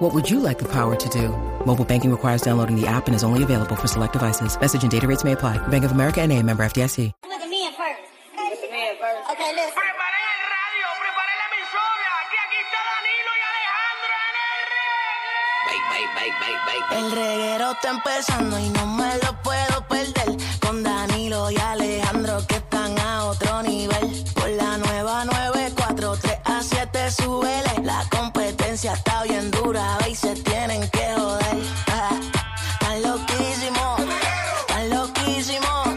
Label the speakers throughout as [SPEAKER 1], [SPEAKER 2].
[SPEAKER 1] What would you like the power to do? Mobile banking requires downloading the app and is only available for select devices. Message and data rates may apply. Bank of America and a member FDIC.
[SPEAKER 2] Look at me in first. Look at me in first. Okay, listen.
[SPEAKER 3] Preparé el radio, preparé la emisora, que aquí está Danilo y Alejandro en el reggae.
[SPEAKER 4] El reguero está empezando y no me lo puedo perder. Con Danilo y Alejandro que están a otro nivel. Por la nueva 943 a 7 súbele. La competencia está bien dura ve, y se tienen que joder. Ah, Están loquísimos, están loquísimos,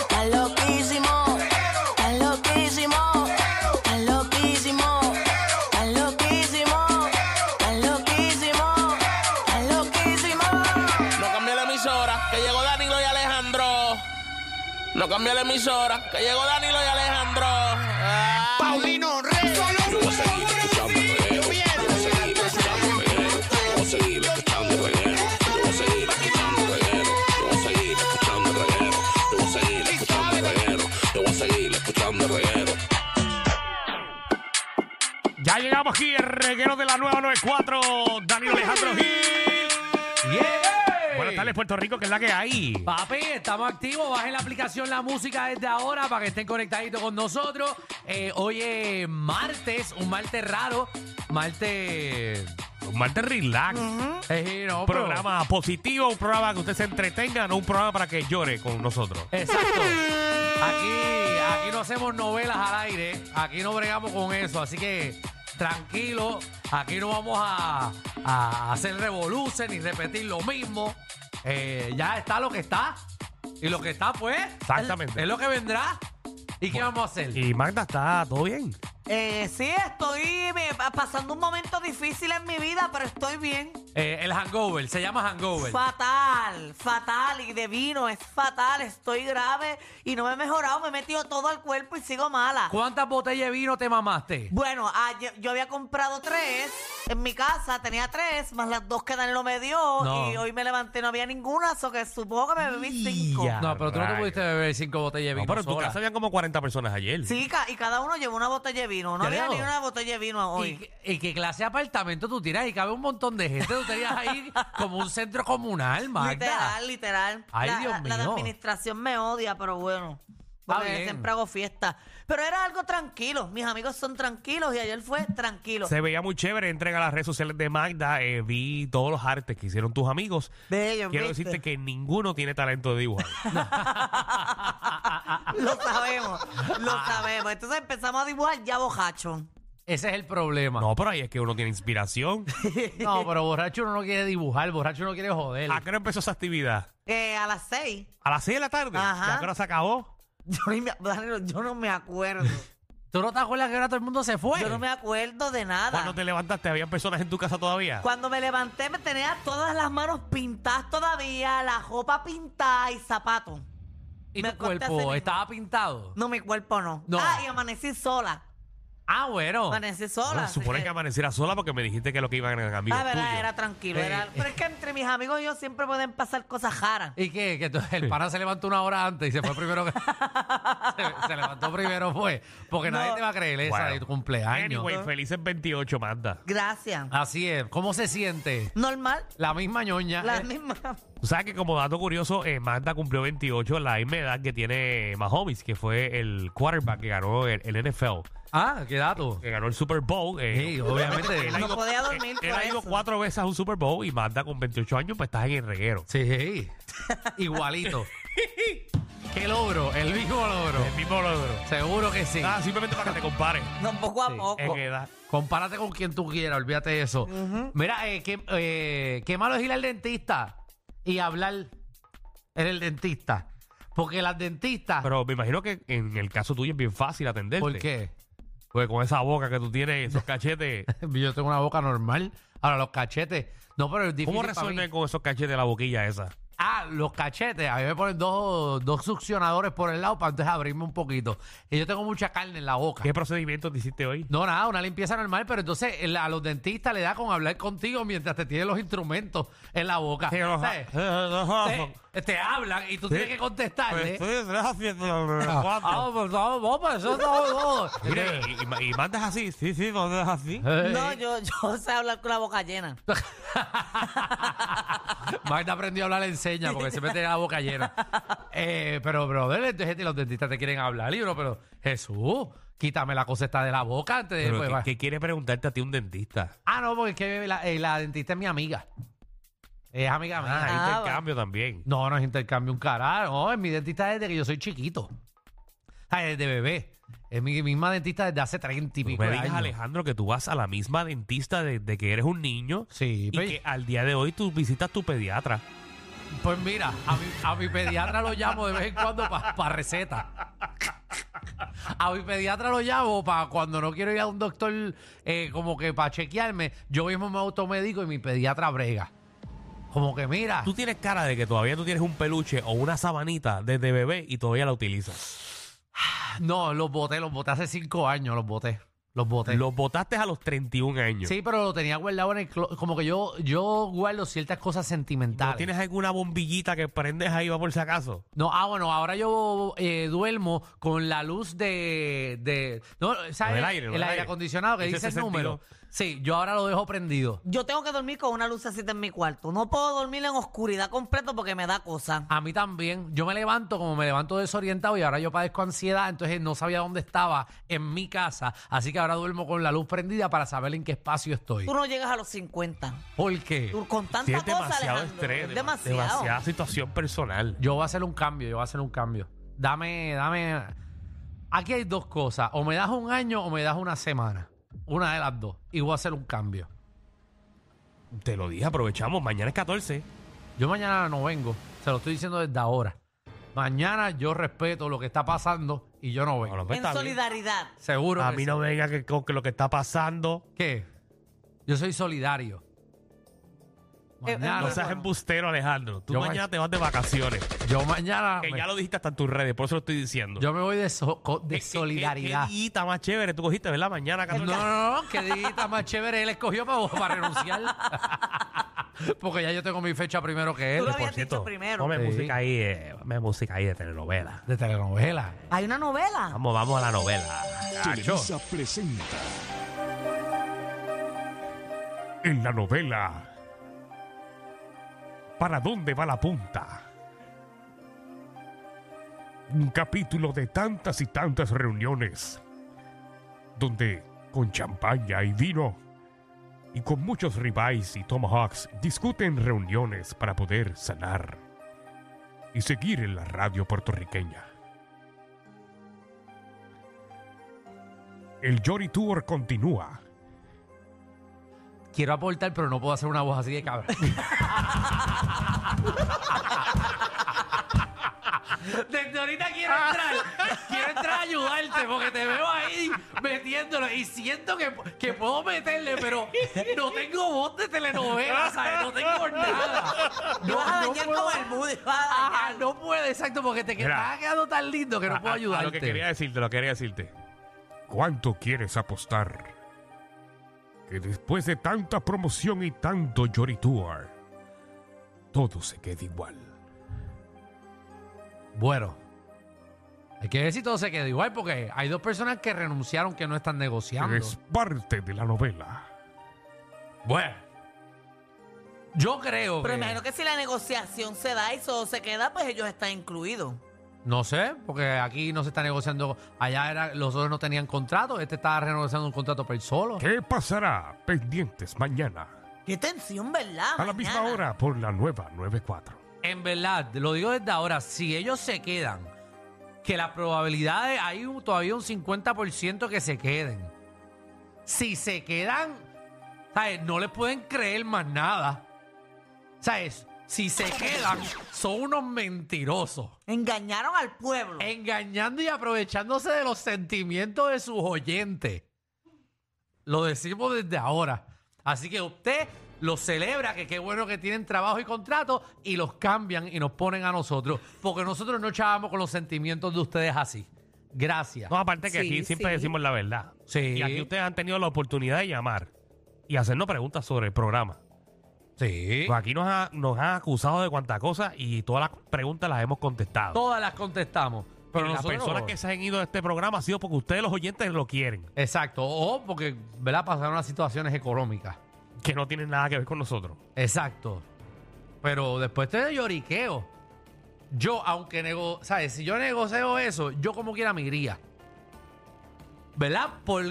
[SPEAKER 4] están loquísimos, están loquísimos, están loquísimos, están loquísimos, están loquísimos, están loquísimos.
[SPEAKER 3] No cambié la emisora, que llegó Danilo y Alejandro. No cambié la emisora, que llegó Danilo y Alejandro. Paulino Rey. Yo voy a seguir escuchando el reggae. Yo voy a seguir escuchando el reggae. Yo voy a seguir escuchando el reggae. Yo voy a seguir escuchando el reggae. Yo voy a seguir escuchando el reggae. Yo voy a seguir escuchando el reggae. Yo voy a seguir escuchando el reggae.
[SPEAKER 5] Ya llegamos aquí, el reguero de la nueva 94, Danilo Alejandro Gil. Buenas tardes, Puerto Rico, que es la que hay.
[SPEAKER 6] Papi, estamos activos. Bajen la aplicación La Música desde ahora para que estén conectaditos con nosotros. Eh, hoy es martes, un martes raro. Martes.
[SPEAKER 5] Un martes relax.
[SPEAKER 6] eh, no,
[SPEAKER 5] Un
[SPEAKER 6] pero-
[SPEAKER 5] programa positivo, un programa que usted se entretenga, no un programa para que llore con nosotros.
[SPEAKER 6] Exacto. Aquí, aquí no hacemos novelas al aire. Aquí no bregamos con eso. Así que tranquilo. Aquí no vamos a, a hacer revoluciones ni repetir lo mismo. Eh, ya está lo que está. Y lo que está, pues.
[SPEAKER 5] Exactamente.
[SPEAKER 6] Es, es lo que vendrá. ¿Y qué vamos a hacer?
[SPEAKER 5] Y Magda está todo bien.
[SPEAKER 7] Eh, sí, estoy me- pa- pasando un momento difícil en mi vida, pero estoy bien.
[SPEAKER 6] Eh, el hangover, se llama hangover.
[SPEAKER 7] Fatal, fatal, y de vino, es fatal, estoy grave y no me he mejorado, me he metido todo al cuerpo y sigo mala.
[SPEAKER 6] ¿Cuántas botellas de vino te mamaste?
[SPEAKER 7] Bueno, ayer- yo había comprado tres en mi casa, tenía tres, más las dos que Danilo me dio,
[SPEAKER 6] No.
[SPEAKER 7] y hoy me levanté, no había ninguna, so que supongo que me bebí cinco.
[SPEAKER 5] Ya.
[SPEAKER 6] No, pero tú no te
[SPEAKER 5] Rayos.
[SPEAKER 6] pudiste beber cinco botellas de
[SPEAKER 5] No,
[SPEAKER 6] vino.
[SPEAKER 5] pero en tu
[SPEAKER 6] sola.
[SPEAKER 5] casa habían como 40 personas ayer.
[SPEAKER 7] Sí, ca- y cada uno llevó una botella de vino, no
[SPEAKER 6] ¿Ya
[SPEAKER 7] había
[SPEAKER 6] leo?
[SPEAKER 7] ni una botella de vino
[SPEAKER 6] ¿Y,
[SPEAKER 7] hoy.
[SPEAKER 6] qué- y qué clase de apartamento tú tienes? Ahí cabe un montón de gente. Tú tenías ahí como un centro comunal, Magda.
[SPEAKER 7] Literal, literal.
[SPEAKER 6] Ay,
[SPEAKER 7] la,
[SPEAKER 6] Dios
[SPEAKER 7] la- la de
[SPEAKER 6] mío.
[SPEAKER 7] administración me odia, pero bueno.
[SPEAKER 6] Está
[SPEAKER 7] Porque
[SPEAKER 6] bien.
[SPEAKER 7] siempre hago fiesta. Pero era algo tranquilo. Mis amigos son tranquilos y ayer fue tranquilo.
[SPEAKER 5] Se veía muy chévere, entrega las redes sociales de Magda, eh, vi todos los artes que hicieron tus amigos.
[SPEAKER 7] Bello,
[SPEAKER 5] Quiero
[SPEAKER 7] ¿viste?
[SPEAKER 5] decirte que ninguno tiene talento de dibujar.
[SPEAKER 7] Lo sabemos, lo sabemos. Entonces empezamos a dibujar ya bojacho.
[SPEAKER 6] Ese es el problema. No.
[SPEAKER 5] no, pero ahí es que uno tiene inspiración.
[SPEAKER 6] pero borracho uno no quiere dibujar, borracho no quiere joder.
[SPEAKER 5] ¿A qué hora empezó esa actividad?
[SPEAKER 7] Eh, a las seis.
[SPEAKER 5] ¿A las 6 de la tarde?
[SPEAKER 7] Ajá.
[SPEAKER 5] ¿Ya a qué hora se acabó?
[SPEAKER 7] Yo, ni me- Danilo, yo no me acuerdo.
[SPEAKER 6] ¿Tú no te acuerdas que ahora todo el mundo se fue?
[SPEAKER 7] Yo no me acuerdo de nada.
[SPEAKER 5] Cuando te levantaste, ¿habían personas en tu casa todavía?
[SPEAKER 7] Cuando me levanté me tenía todas las manos pintadas todavía, la ropa pintada y zapatos.
[SPEAKER 6] ¿Y
[SPEAKER 7] me
[SPEAKER 6] tu
[SPEAKER 7] acosté así
[SPEAKER 6] cuerpo
[SPEAKER 7] mismo.
[SPEAKER 6] estaba pintado?
[SPEAKER 7] No, mi cuerpo no.
[SPEAKER 6] No.
[SPEAKER 7] Ah, y amanecí sola.
[SPEAKER 6] Ah, bueno.
[SPEAKER 7] Amanecí sola.
[SPEAKER 5] Bueno,
[SPEAKER 7] así
[SPEAKER 5] Ah, supone que
[SPEAKER 7] que-
[SPEAKER 5] amaneciera sola porque me dijiste que lo que iban eran amigos
[SPEAKER 7] Ah, verdad,
[SPEAKER 5] tuyos.
[SPEAKER 7] era tranquilo.
[SPEAKER 6] Eh,
[SPEAKER 7] era- Pero es que entre mis amigos y yo siempre pueden pasar cosas raras.
[SPEAKER 5] Eh.
[SPEAKER 6] ¿Y qué? Que tú- el pana se levantó una hora antes y se fue primero. que- se, se levantó primero, fue. Porque nadie
[SPEAKER 7] No.
[SPEAKER 6] te va a creer esa
[SPEAKER 5] Bueno.
[SPEAKER 6] de tu cumpleaños.
[SPEAKER 5] Anyway, felices 28, manda.
[SPEAKER 7] Gracias.
[SPEAKER 5] Ah.
[SPEAKER 6] Así es. ¿Cómo se siente?
[SPEAKER 7] Normal,
[SPEAKER 6] La misma ñoña.
[SPEAKER 7] la
[SPEAKER 6] Eh,
[SPEAKER 7] misma.
[SPEAKER 5] Tú sabes que como dato curioso, eh, Magda cumplió 28, la misma edad que tiene Mahomes, que fue el quarterback que ganó el, el NFL,
[SPEAKER 6] Ah, qué dato.
[SPEAKER 5] que ganó el Super Bowl. eh,
[SPEAKER 6] Sí, obviamente.
[SPEAKER 5] él ha
[SPEAKER 7] No
[SPEAKER 5] ido-
[SPEAKER 7] podía dormir
[SPEAKER 5] él-
[SPEAKER 7] por
[SPEAKER 5] Él ha ido
[SPEAKER 7] eso.
[SPEAKER 5] cuatro veces a un Super Bowl y Magda con 28 años pues estás en el reguero.
[SPEAKER 6] Sí. Igualito. qué logro. El mismo logro.
[SPEAKER 5] El mismo logro.
[SPEAKER 6] Seguro que sí.
[SPEAKER 5] Ah, simplemente para que te compares
[SPEAKER 7] No, poco a
[SPEAKER 6] Sí.
[SPEAKER 7] poco.
[SPEAKER 5] en edad.
[SPEAKER 6] Compárate con quien tú quieras, olvídate de eso. Mira, eh, qué, eh, qué malo es ir al dentista y hablar en el dentista. Porque las dentistas.
[SPEAKER 5] Pero me imagino que en el caso tuyo es bien fácil atenderte.
[SPEAKER 6] ¿Por qué?
[SPEAKER 5] Porque con esa boca que tú tienes, esos cachetes.
[SPEAKER 6] Yo tengo una boca normal. Ahora, los cachetes. No, pero es difícil.
[SPEAKER 5] ¿Cómo
[SPEAKER 6] para mí.
[SPEAKER 5] resuelven con esos cachetes la boquilla esa?
[SPEAKER 6] Ah, los cachetes. A mí me ponen dos, dos succionadores por el lado para entonces abrirme un poquito. Y yo tengo mucha carne en la boca.
[SPEAKER 5] ¿Qué procedimiento te hiciste hoy?
[SPEAKER 6] No, nada, una limpieza normal, pero entonces el- a los dentistas le da con hablar contigo mientras te tienen los instrumentos en la boca.
[SPEAKER 5] Sí, pues, los-
[SPEAKER 6] ¿Sabes? Te, eh, te hablan y tú tienes que
[SPEAKER 5] Pues,
[SPEAKER 6] contestarle. Ah, ah, pues, no, no, pues, eso no, no.
[SPEAKER 5] Mira, y, y- y mandas así. Sí, sí, mandas así.
[SPEAKER 6] Eh,
[SPEAKER 7] No, yo, yo sé hablar con la boca llena.
[SPEAKER 6] Magda aprendió a hablar en señas porque siempre tiene la boca llena. Eh, pero, brother, entonces los dentistas te quieren hablar y uno, pero Jesús, quítame la cosa esta de la boca antes de...
[SPEAKER 5] Pero
[SPEAKER 6] pues,
[SPEAKER 5] ¿qué-
[SPEAKER 6] va.
[SPEAKER 5] ¿Qué quiere preguntarte a ti un dentista?
[SPEAKER 6] Ah, no, porque es que la, eh, la dentista es mi amiga. Es amiga mía.
[SPEAKER 5] Ah, hay
[SPEAKER 7] Ah,
[SPEAKER 5] intercambio también.
[SPEAKER 6] No, no es intercambio un carajo. No, es mi dentista desde que yo soy chiquito. Ay, desde bebé. Es mi misma dentista desde hace 30 y
[SPEAKER 5] No
[SPEAKER 6] pico
[SPEAKER 5] me
[SPEAKER 6] de
[SPEAKER 5] digas,
[SPEAKER 6] años.
[SPEAKER 5] Alejandro, que tú vas a la misma dentista desde que eres un niño
[SPEAKER 6] Sí,
[SPEAKER 5] y
[SPEAKER 6] pues,
[SPEAKER 5] que al día de hoy tú visitas tu pediatra.
[SPEAKER 6] pues mira, a mi, a mi pediatra lo llamo de vez en cuando para receta. A mi pediatra lo llamo para cuando no quiero ir a un doctor eh, como que para chequearme. Yo mismo me automedico y mi pediatra brega. Como que mira.
[SPEAKER 5] Tú tienes cara de que todavía tú tienes un peluche o una sabanita desde bebé y todavía la utilizas.
[SPEAKER 6] No, los boté, los boté hace cinco años, los boté. Los boté.
[SPEAKER 5] Los botaste a los 31 años.
[SPEAKER 6] Sí, pero lo tenía guardado en el clo- Como que yo, yo guardo ciertas cosas
[SPEAKER 5] ¿No
[SPEAKER 6] sentimentales. No,
[SPEAKER 5] tienes alguna bombillita que prendes ahí, va por si acaso?
[SPEAKER 6] ah, bueno, ahora yo eh, duermo con la luz de. de no, ¿sabes?
[SPEAKER 5] Del aire, ¿no?
[SPEAKER 6] el
[SPEAKER 5] Del
[SPEAKER 6] aire
[SPEAKER 5] aire.
[SPEAKER 6] acondicionado que
[SPEAKER 5] Ese
[SPEAKER 6] dice el
[SPEAKER 5] 62.
[SPEAKER 6] número. Sí, yo ahora lo dejo prendido.
[SPEAKER 7] Yo tengo que dormir con una lucecita en mi cuarto. No puedo dormir en oscuridad completo porque me da cosa.
[SPEAKER 5] Ah,
[SPEAKER 6] A mí también. Yo me levanto como me levanto desorientado y ahora yo padezco ansiedad, entonces no sabía dónde estaba en mi casa. Así que ahora duermo con la luz prendida para saber en qué espacio estoy.
[SPEAKER 7] Tú no llegas a los 50.
[SPEAKER 6] ¿Por qué?
[SPEAKER 7] Tú- con tanta
[SPEAKER 5] Sí, es
[SPEAKER 7] cosa,
[SPEAKER 5] demasiado
[SPEAKER 7] Alejandro.
[SPEAKER 5] estrés,
[SPEAKER 7] es
[SPEAKER 5] dema-
[SPEAKER 7] demasiado.
[SPEAKER 5] demasiada situación personal.
[SPEAKER 6] Yo voy a hacer un cambio, yo voy a hacer un cambio. Dame, dame. Aquí hay dos cosas. O me das un año o me das una semana. Una de las dos. Y voy a hacer un cambio.
[SPEAKER 5] Te lo dije, aprovechamos. Mañana es 14.
[SPEAKER 6] Yo mañana no vengo. Se lo estoy diciendo desde ahora. Mañana yo respeto lo que está pasando y yo no vengo.
[SPEAKER 5] Bueno, pues
[SPEAKER 7] en
[SPEAKER 5] está bien.
[SPEAKER 7] solidaridad.
[SPEAKER 6] Seguro.
[SPEAKER 5] A
[SPEAKER 6] que
[SPEAKER 5] mí
[SPEAKER 6] sí.
[SPEAKER 5] no me venga que, con que lo que está pasando.
[SPEAKER 6] ¿Qué? Yo soy solidario.
[SPEAKER 7] Eh,
[SPEAKER 6] Mañana,
[SPEAKER 5] No
[SPEAKER 7] Claro.
[SPEAKER 5] seas embustero, Alejandro. Tú
[SPEAKER 6] Yo
[SPEAKER 5] mañana
[SPEAKER 6] ma-
[SPEAKER 5] te vas de vacaciones.
[SPEAKER 6] yo mañana.
[SPEAKER 5] Que
[SPEAKER 6] me-
[SPEAKER 5] ya lo dijiste hasta en tus redes, por eso lo estoy diciendo. Eh,
[SPEAKER 6] Yo me voy de, so- co-
[SPEAKER 5] ¿Qué-
[SPEAKER 6] de
[SPEAKER 5] qué- qué-
[SPEAKER 6] solidaridad.
[SPEAKER 5] Qué, dillita eh, más chévere tú cogiste, ¿verdad? Mañana,
[SPEAKER 6] No,
[SPEAKER 5] 14.
[SPEAKER 6] no, no, qué dita más chévere él escogió para, para renunciar. Porque ya yo tengo mi fecha primero que él.
[SPEAKER 7] Tú lo
[SPEAKER 5] Por
[SPEAKER 7] habías dicho
[SPEAKER 5] cierto,
[SPEAKER 7] primero.
[SPEAKER 5] Ponme
[SPEAKER 6] Sí.
[SPEAKER 5] música ahí, eh, ponme música ahí de telenovela.
[SPEAKER 6] De telenovela.
[SPEAKER 7] Hay una novela.
[SPEAKER 5] Vamos, vamos a la novela. Cacho.
[SPEAKER 8] Televisa presenta.
[SPEAKER 5] En la novela, ¿para dónde va la punta? Un capítulo de tantas y tantas reuniones, donde con champaña y vino, y con muchos ribeyes y tomahawks, discuten reuniones para poder sanar y seguir en la radio puertorriqueña. El Jory Tour continúa.
[SPEAKER 6] Quiero aportar, pero no puedo hacer una voz así de cabrón. Desde ahorita quiero entrar. Quiero entrar a ayudarte porque te veo ahí metiéndolo y siento que, que puedo meterle, pero no tengo voz de telenovela, ¿sabes? No tengo
[SPEAKER 5] Ah,
[SPEAKER 6] nada.
[SPEAKER 7] Te
[SPEAKER 6] No,
[SPEAKER 7] vas a
[SPEAKER 6] no
[SPEAKER 7] dañar
[SPEAKER 6] puedo-
[SPEAKER 7] con el mood, te vas a
[SPEAKER 6] Ajá,
[SPEAKER 7] dañar.
[SPEAKER 6] no puedo, exacto, porque te
[SPEAKER 5] Mira.
[SPEAKER 6] quedas quedando tan lindo que no puedo
[SPEAKER 5] A- a- a
[SPEAKER 6] ayudarte.
[SPEAKER 5] Ah, lo que quería decirte, lo que quería decirte. ¿Cuánto quieres apostar? Que después de tanta promoción y tanto llorituar, todo se quede igual.
[SPEAKER 6] Bueno, hay que ver si todo se queda igual porque hay dos personas que renunciaron que no están negociando.
[SPEAKER 5] Es parte de la novela.
[SPEAKER 6] Bueno, yo creo
[SPEAKER 7] Pero
[SPEAKER 6] que-
[SPEAKER 7] imagino que si la negociación se da y eso se queda, pues ellos están incluidos.
[SPEAKER 6] No sé, porque aquí no se está negociando. Allá era, los otros no tenían contrato. Este estaba renegociando un contrato por él solo.
[SPEAKER 5] ¿Qué pasará? Pendientes mañana,
[SPEAKER 7] Qué tensión, ¿verdad?
[SPEAKER 5] a la
[SPEAKER 7] Mañana.
[SPEAKER 5] misma hora, por la nueva 94.
[SPEAKER 6] En verdad, lo digo desde ahora, si ellos se quedan, que las probabilidades, hay un- todavía un 50% que se queden. Si se quedan, ¿sabes? No les pueden creer más nada. ¿Sabes? Si se quedan, son unos mentirosos.
[SPEAKER 7] Engañaron al pueblo.
[SPEAKER 6] Engañando y aprovechándose de los sentimientos de sus oyentes. Lo decimos desde ahora. Así que usted, los celebra, que qué bueno que tienen trabajo y contrato, y los cambian y nos ponen a nosotros, porque nosotros no echábamos con los sentimientos de ustedes así. Gracias.
[SPEAKER 5] No, aparte que
[SPEAKER 9] Sí,
[SPEAKER 5] aquí siempre
[SPEAKER 9] sí.
[SPEAKER 5] decimos la verdad.
[SPEAKER 6] Sí.
[SPEAKER 5] Y aquí ustedes han tenido la oportunidad de llamar y hacernos preguntas sobre el programa.
[SPEAKER 6] Sí.
[SPEAKER 5] Pues aquí nos, ha- nos han acusado de cuanta cosa y todas las preguntas las hemos contestado.
[SPEAKER 6] Todas las contestamos. Pero
[SPEAKER 5] Pero las
[SPEAKER 6] nosotros-
[SPEAKER 5] personas que se han ido de este programa ha sido porque ustedes, los oyentes, lo quieren.
[SPEAKER 6] Exacto. O porque, ¿verdad? Pasaron las situaciones económicas.
[SPEAKER 5] Que no tienen nada que ver con nosotros.
[SPEAKER 6] Exacto. Pero después te lloriqueo. Yo, aunque nego... ¿Sabes? Si yo negocio eso, yo como quiera me iría. ¿Verdad? Por,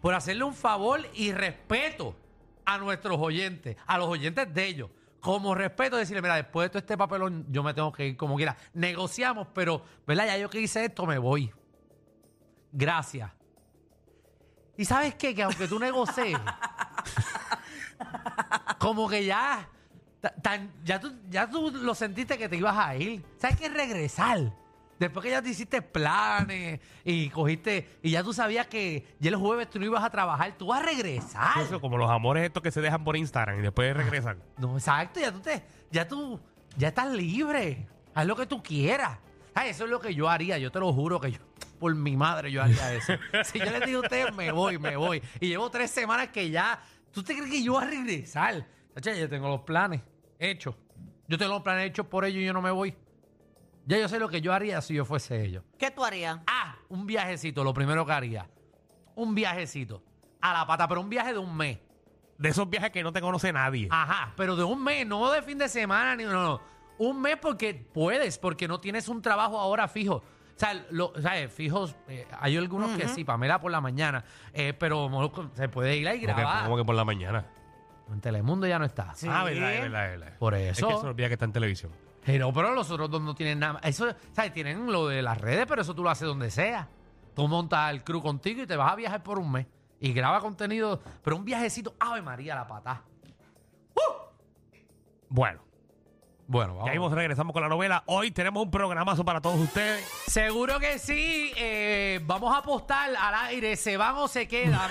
[SPEAKER 6] por hacerle un favor y respeto a nuestros oyentes, a los oyentes de ellos. Como respeto, decirle, mira, después de todo este papelón, yo me tengo que ir como quiera. Negociamos, pero, ¿verdad? Ya yo que hice esto, me voy. Gracias. Y sabes qué? Que aunque tú negocies, como que ya, ta- tan- ya, tú, ya tú lo sentiste que te ibas a ir. ¿Sabes qué? Regresar. Después que ya te hiciste planes y cogiste, y ya tú sabías que ya el jueves tú no ibas a trabajar, tú vas a regresar.
[SPEAKER 5] Eso, como los amores estos que se dejan por Instagram y después
[SPEAKER 6] Ah.
[SPEAKER 5] regresan.
[SPEAKER 6] No, exacto, ya tú te, ya tú, ya estás libre. Haz lo que tú quieras. Ah, eso es lo que yo haría, yo te lo juro que yo, por mi madre, yo haría eso. si yo les digo a ustedes, me voy, me voy. Y llevo tres semanas que ya, ¿tú te crees que yo voy a regresar? Chacha, yo tengo los planes hechos. Yo tengo los planes hechos por ellos y yo no me voy. Ya yo sé lo que yo haría si yo fuese ellos.
[SPEAKER 7] ¿Qué tú harías?
[SPEAKER 6] Ah, un viajecito, lo primero que haría. Un viajecito. A la pata, pero un viaje de un mes.
[SPEAKER 5] De esos viajes que no te conoce nadie.
[SPEAKER 6] Ajá, pero de un mes, no de fin de semana, ni, no, no. Un mes porque puedes, porque no tienes un trabajo ahora fijo. O sea, lo, ¿sabes? fijos, eh, hay algunos que sí, Pamela por la mañana, eh, pero mo- se puede ir ahí y
[SPEAKER 5] Como que,
[SPEAKER 6] grabar.
[SPEAKER 5] como que por la mañana.
[SPEAKER 6] En Telemundo ya no está.
[SPEAKER 5] Ah, verdad, verdad, verdad.
[SPEAKER 6] Por
[SPEAKER 5] Es que se
[SPEAKER 6] eso.
[SPEAKER 5] olvida que está en televisión.
[SPEAKER 6] Pero, pero los otros dos no tienen nada. Eso, ¿sabes? Tienen lo de las redes, pero eso tú lo haces donde sea. Tú montas el crew contigo y te vas a viajar por un mes. Y graba contenido, pero un viajecito, ave María, la patá.
[SPEAKER 5] Bueno,
[SPEAKER 6] Bueno, vamos.
[SPEAKER 5] ya mismo regresamos con la novela. Hoy tenemos un programazo para todos ustedes.
[SPEAKER 6] Seguro que sí. eh, vamos a apostar al aire. ¿Se van o se quedan?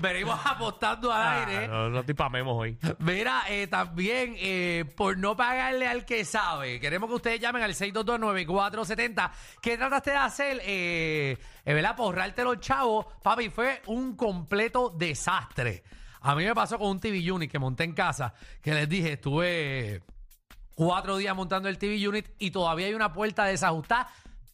[SPEAKER 6] Venimos apostando al
[SPEAKER 5] Ah,
[SPEAKER 6] aire.
[SPEAKER 5] no, no te pamemos hoy.
[SPEAKER 6] Mira, eh, también eh, por no pagarle al que sabe, queremos que ustedes llamen al 6229470. ¿Qué trataste de hacer? Eh, eh, ¿Verdad? Para ahorrarte los chavos, papi, fue un completo desastre. A mí me pasó con un TV Unit que monté en casa, que les dije, estuve cuatro días montando el TV Unit y todavía hay una puerta desajustada.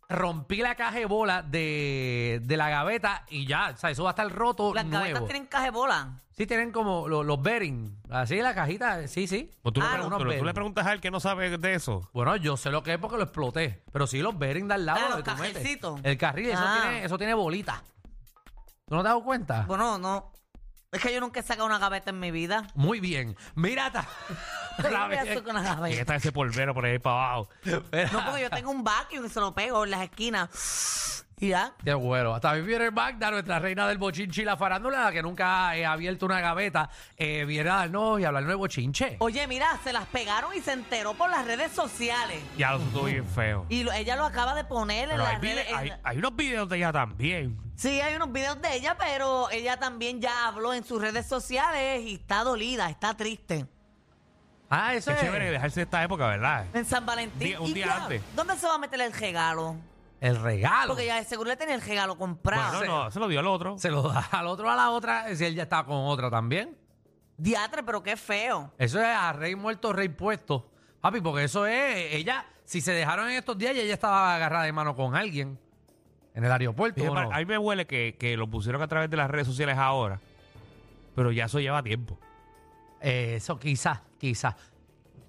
[SPEAKER 6] Rompí la caja de bola de, de la gaveta y ya, o sea, eso va a estar roto
[SPEAKER 7] Las
[SPEAKER 6] nuevo.
[SPEAKER 7] gavetas tienen caja de bola.
[SPEAKER 6] Sí, tienen como lo- los bearings. Así la cajita, sí, sí.
[SPEAKER 5] Pues tú, le
[SPEAKER 6] Ah,
[SPEAKER 5] preguntas- pero
[SPEAKER 6] unos
[SPEAKER 5] tú le
[SPEAKER 6] bearings.
[SPEAKER 5] preguntas a él que no sabe de eso.
[SPEAKER 6] Bueno, yo sé lo que es porque lo exploté. Pero sí, los bearings de al lado.
[SPEAKER 7] Ah,
[SPEAKER 6] donde
[SPEAKER 7] los
[SPEAKER 6] tú metes.
[SPEAKER 7] cajelcitos.
[SPEAKER 6] El carril, eso,
[SPEAKER 7] Ah.
[SPEAKER 6] tiene, eso tiene bolita. ¿Tú no te has dado cuenta?
[SPEAKER 7] Bueno, no. Es que yo nunca he sacado una gaveta en mi vida.
[SPEAKER 6] Muy bien. Mira, ta-
[SPEAKER 7] Yo
[SPEAKER 6] otra
[SPEAKER 7] no voy a
[SPEAKER 6] vez.
[SPEAKER 7] hacer con la
[SPEAKER 5] Y
[SPEAKER 7] gaveta.
[SPEAKER 5] está ese polvero por ahí para abajo.
[SPEAKER 7] No, porque yo tengo un vacuum y se lo pego en las esquinas. Y ya.
[SPEAKER 6] Qué bueno. Hasta mí viene Magda, nuestra reina del bochinche y la farándula, la que nunca ha eh, abierto una gaveta, eh, viene a darnos y hablar de bochinche.
[SPEAKER 7] Oye, mira, se las pegaron y se enteró por las redes sociales.
[SPEAKER 5] Ya lo estuvo bien feo.
[SPEAKER 7] Y lo- ella lo acaba de poner en
[SPEAKER 5] Pero hay,
[SPEAKER 7] las
[SPEAKER 5] vide-
[SPEAKER 7] redes. en-
[SPEAKER 5] hay- hay unos videos de ella también.
[SPEAKER 7] Sí, hay unos videos de ella, pero ella también ya habló en sus redes sociales y está dolida, está triste.
[SPEAKER 6] Ah, eso
[SPEAKER 5] Qué
[SPEAKER 6] es.
[SPEAKER 5] chévere dejarse esta época, ¿verdad?
[SPEAKER 7] En San Valentín.
[SPEAKER 5] Día- un
[SPEAKER 7] ¿Y
[SPEAKER 5] día
[SPEAKER 7] qué-
[SPEAKER 5] antes.
[SPEAKER 7] ¿Dónde se va a meter el regalo?
[SPEAKER 6] El regalo.
[SPEAKER 7] Porque ya de seguro le tiene el regalo comprado.
[SPEAKER 5] Bueno, no, se lo dio al otro.
[SPEAKER 6] Se lo da al otro a la otra, eh, si él ya está con otra también.
[SPEAKER 7] Diatre, pero qué feo.
[SPEAKER 6] Eso es a rey muerto, rey puesto. Papi, porque eso es, ella, si se dejaron en estos días, ya ella estaba agarrada de mano con alguien en el aeropuerto.
[SPEAKER 5] Dije,
[SPEAKER 6] ¿o
[SPEAKER 5] "Pa-
[SPEAKER 6] no?
[SPEAKER 5] A mí me huele que, que lo pusieron a través de las redes sociales ahora. Pero ya eso lleva tiempo.
[SPEAKER 6] Eh, eso quizás, quizás.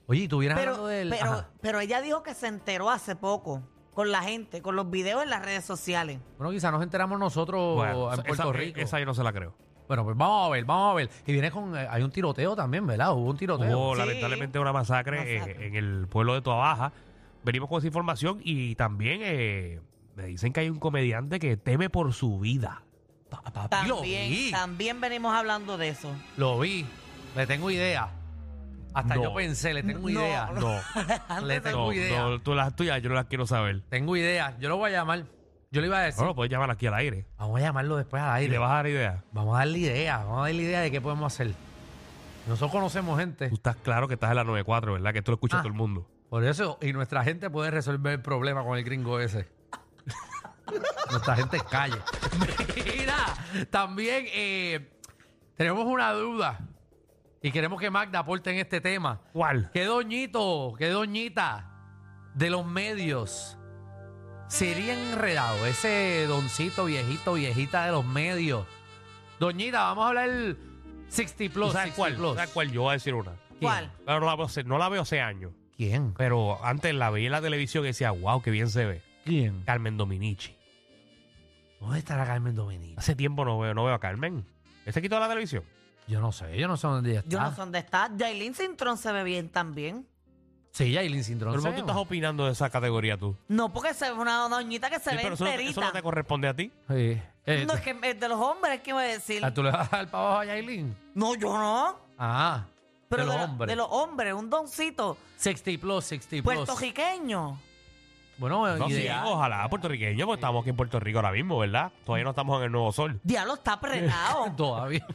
[SPEAKER 6] Oye, ¿y tuvieras
[SPEAKER 7] Pero,
[SPEAKER 6] hablando del...
[SPEAKER 7] pero,
[SPEAKER 6] Ajá.
[SPEAKER 7] pero ella dijo que se enteró hace poco con la gente, con los videos en las redes sociales.
[SPEAKER 6] Bueno, quizás nos enteramos nosotros
[SPEAKER 5] Bueno,
[SPEAKER 6] Oh, en
[SPEAKER 5] esa-
[SPEAKER 6] Puerto
[SPEAKER 5] esa-
[SPEAKER 6] Rico.
[SPEAKER 5] Esa yo no se la creo.
[SPEAKER 6] Bueno, pues vamos a ver, vamos a ver. Y viene con... eh, hay un tiroteo también, ¿verdad? Hubo un tiroteo.
[SPEAKER 5] Hubo
[SPEAKER 7] Sí.
[SPEAKER 5] lamentablemente una masacre, eh,
[SPEAKER 7] Masacre.
[SPEAKER 5] en el pueblo de Toa Baja. Venimos con esa información y también eh, me dicen que hay un comediante que teme por su vida.
[SPEAKER 6] Pa- papi, lo vi.
[SPEAKER 7] También, también venimos hablando de eso.
[SPEAKER 6] Lo vi. Le tengo idea. Hasta
[SPEAKER 5] No.
[SPEAKER 6] yo pensé, le tengo
[SPEAKER 7] No,
[SPEAKER 6] idea.
[SPEAKER 5] No,
[SPEAKER 6] Le tengo
[SPEAKER 5] no,
[SPEAKER 6] idea.
[SPEAKER 5] no, tú las tuyas yo no las quiero saber.
[SPEAKER 6] Tengo idea. Yo lo voy a llamar. Yo le iba a decir,
[SPEAKER 5] No lo puedes llamar aquí al aire.
[SPEAKER 6] vamos a llamarlo después al
[SPEAKER 5] Y
[SPEAKER 6] aire.
[SPEAKER 5] le vas a dar idea.
[SPEAKER 6] Vamos a darle idea, vamos a darle idea de qué podemos hacer. Nosotros conocemos gente,
[SPEAKER 5] Tú estás claro que estás en la 94, ¿verdad? Que esto lo escucha
[SPEAKER 6] Ah.
[SPEAKER 5] todo el mundo.
[SPEAKER 6] por eso, y nuestra gente puede resolver el problema con el gringo ese. nuestra gente es calle. Mira, también eh, tenemos una duda y queremos que Magda aporte en este tema.
[SPEAKER 5] ¿Cuál?
[SPEAKER 6] ¿Qué doñito, qué doñita de los medios sería enredado? Ese doncito viejito, viejita de los medios. Doñita, vamos a hablar 60
[SPEAKER 5] ¿Tú
[SPEAKER 6] plus.
[SPEAKER 5] sabes
[SPEAKER 6] 60
[SPEAKER 5] cuál?
[SPEAKER 6] plus.
[SPEAKER 5] ¿Sabes cuál? Yo voy a decir una.
[SPEAKER 7] ¿Cuál?
[SPEAKER 5] Claro, no la veo hace, no la veo hace años.
[SPEAKER 6] ¿Quién?
[SPEAKER 5] Pero antes la veía en la televisión y decía, wow, qué bien se ve.
[SPEAKER 6] ¿Quién?
[SPEAKER 5] Carmen Dominici.
[SPEAKER 6] ¿Dónde estará Carmen Dominique?
[SPEAKER 5] Hace tiempo no veo, no veo a Carmen. ¿Ese quitó la televisión?
[SPEAKER 6] Yo no sé, yo no sé dónde ella está.
[SPEAKER 7] Yo
[SPEAKER 5] Ah.
[SPEAKER 7] no sé dónde está. Jailin Cintrón se ve bien también.
[SPEAKER 6] Sí, Yailin Cintrón.
[SPEAKER 5] ¿Pero
[SPEAKER 6] se
[SPEAKER 5] por qué tú
[SPEAKER 6] llama.
[SPEAKER 5] estás opinando de esa categoría tú?
[SPEAKER 7] No, porque se ve una doñita que se
[SPEAKER 5] Sí,
[SPEAKER 7] ve
[SPEAKER 5] pero eso, no te- eso
[SPEAKER 7] enterita.
[SPEAKER 5] no te corresponde a ti.
[SPEAKER 6] Sí. Eh,
[SPEAKER 7] No, es que es de los hombres que me decir.
[SPEAKER 6] ah, ¿Tú le vas a dar para abajo a Yailin?
[SPEAKER 7] No, yo no.
[SPEAKER 6] Ah,
[SPEAKER 7] Pero
[SPEAKER 6] de los
[SPEAKER 7] la-
[SPEAKER 6] hombres.
[SPEAKER 7] de los hombres, un doncito
[SPEAKER 6] 60 plus, 60 plus.
[SPEAKER 7] puertorriqueño.
[SPEAKER 6] Bueno,
[SPEAKER 5] No, sí,
[SPEAKER 6] ideal.
[SPEAKER 5] ojalá puertorriqueño, porque estamos aquí en Puerto Rico ahora mismo, ¿verdad? Todavía no estamos en el Nuevo Sol.
[SPEAKER 7] Diablo está apretado.
[SPEAKER 6] Todavía.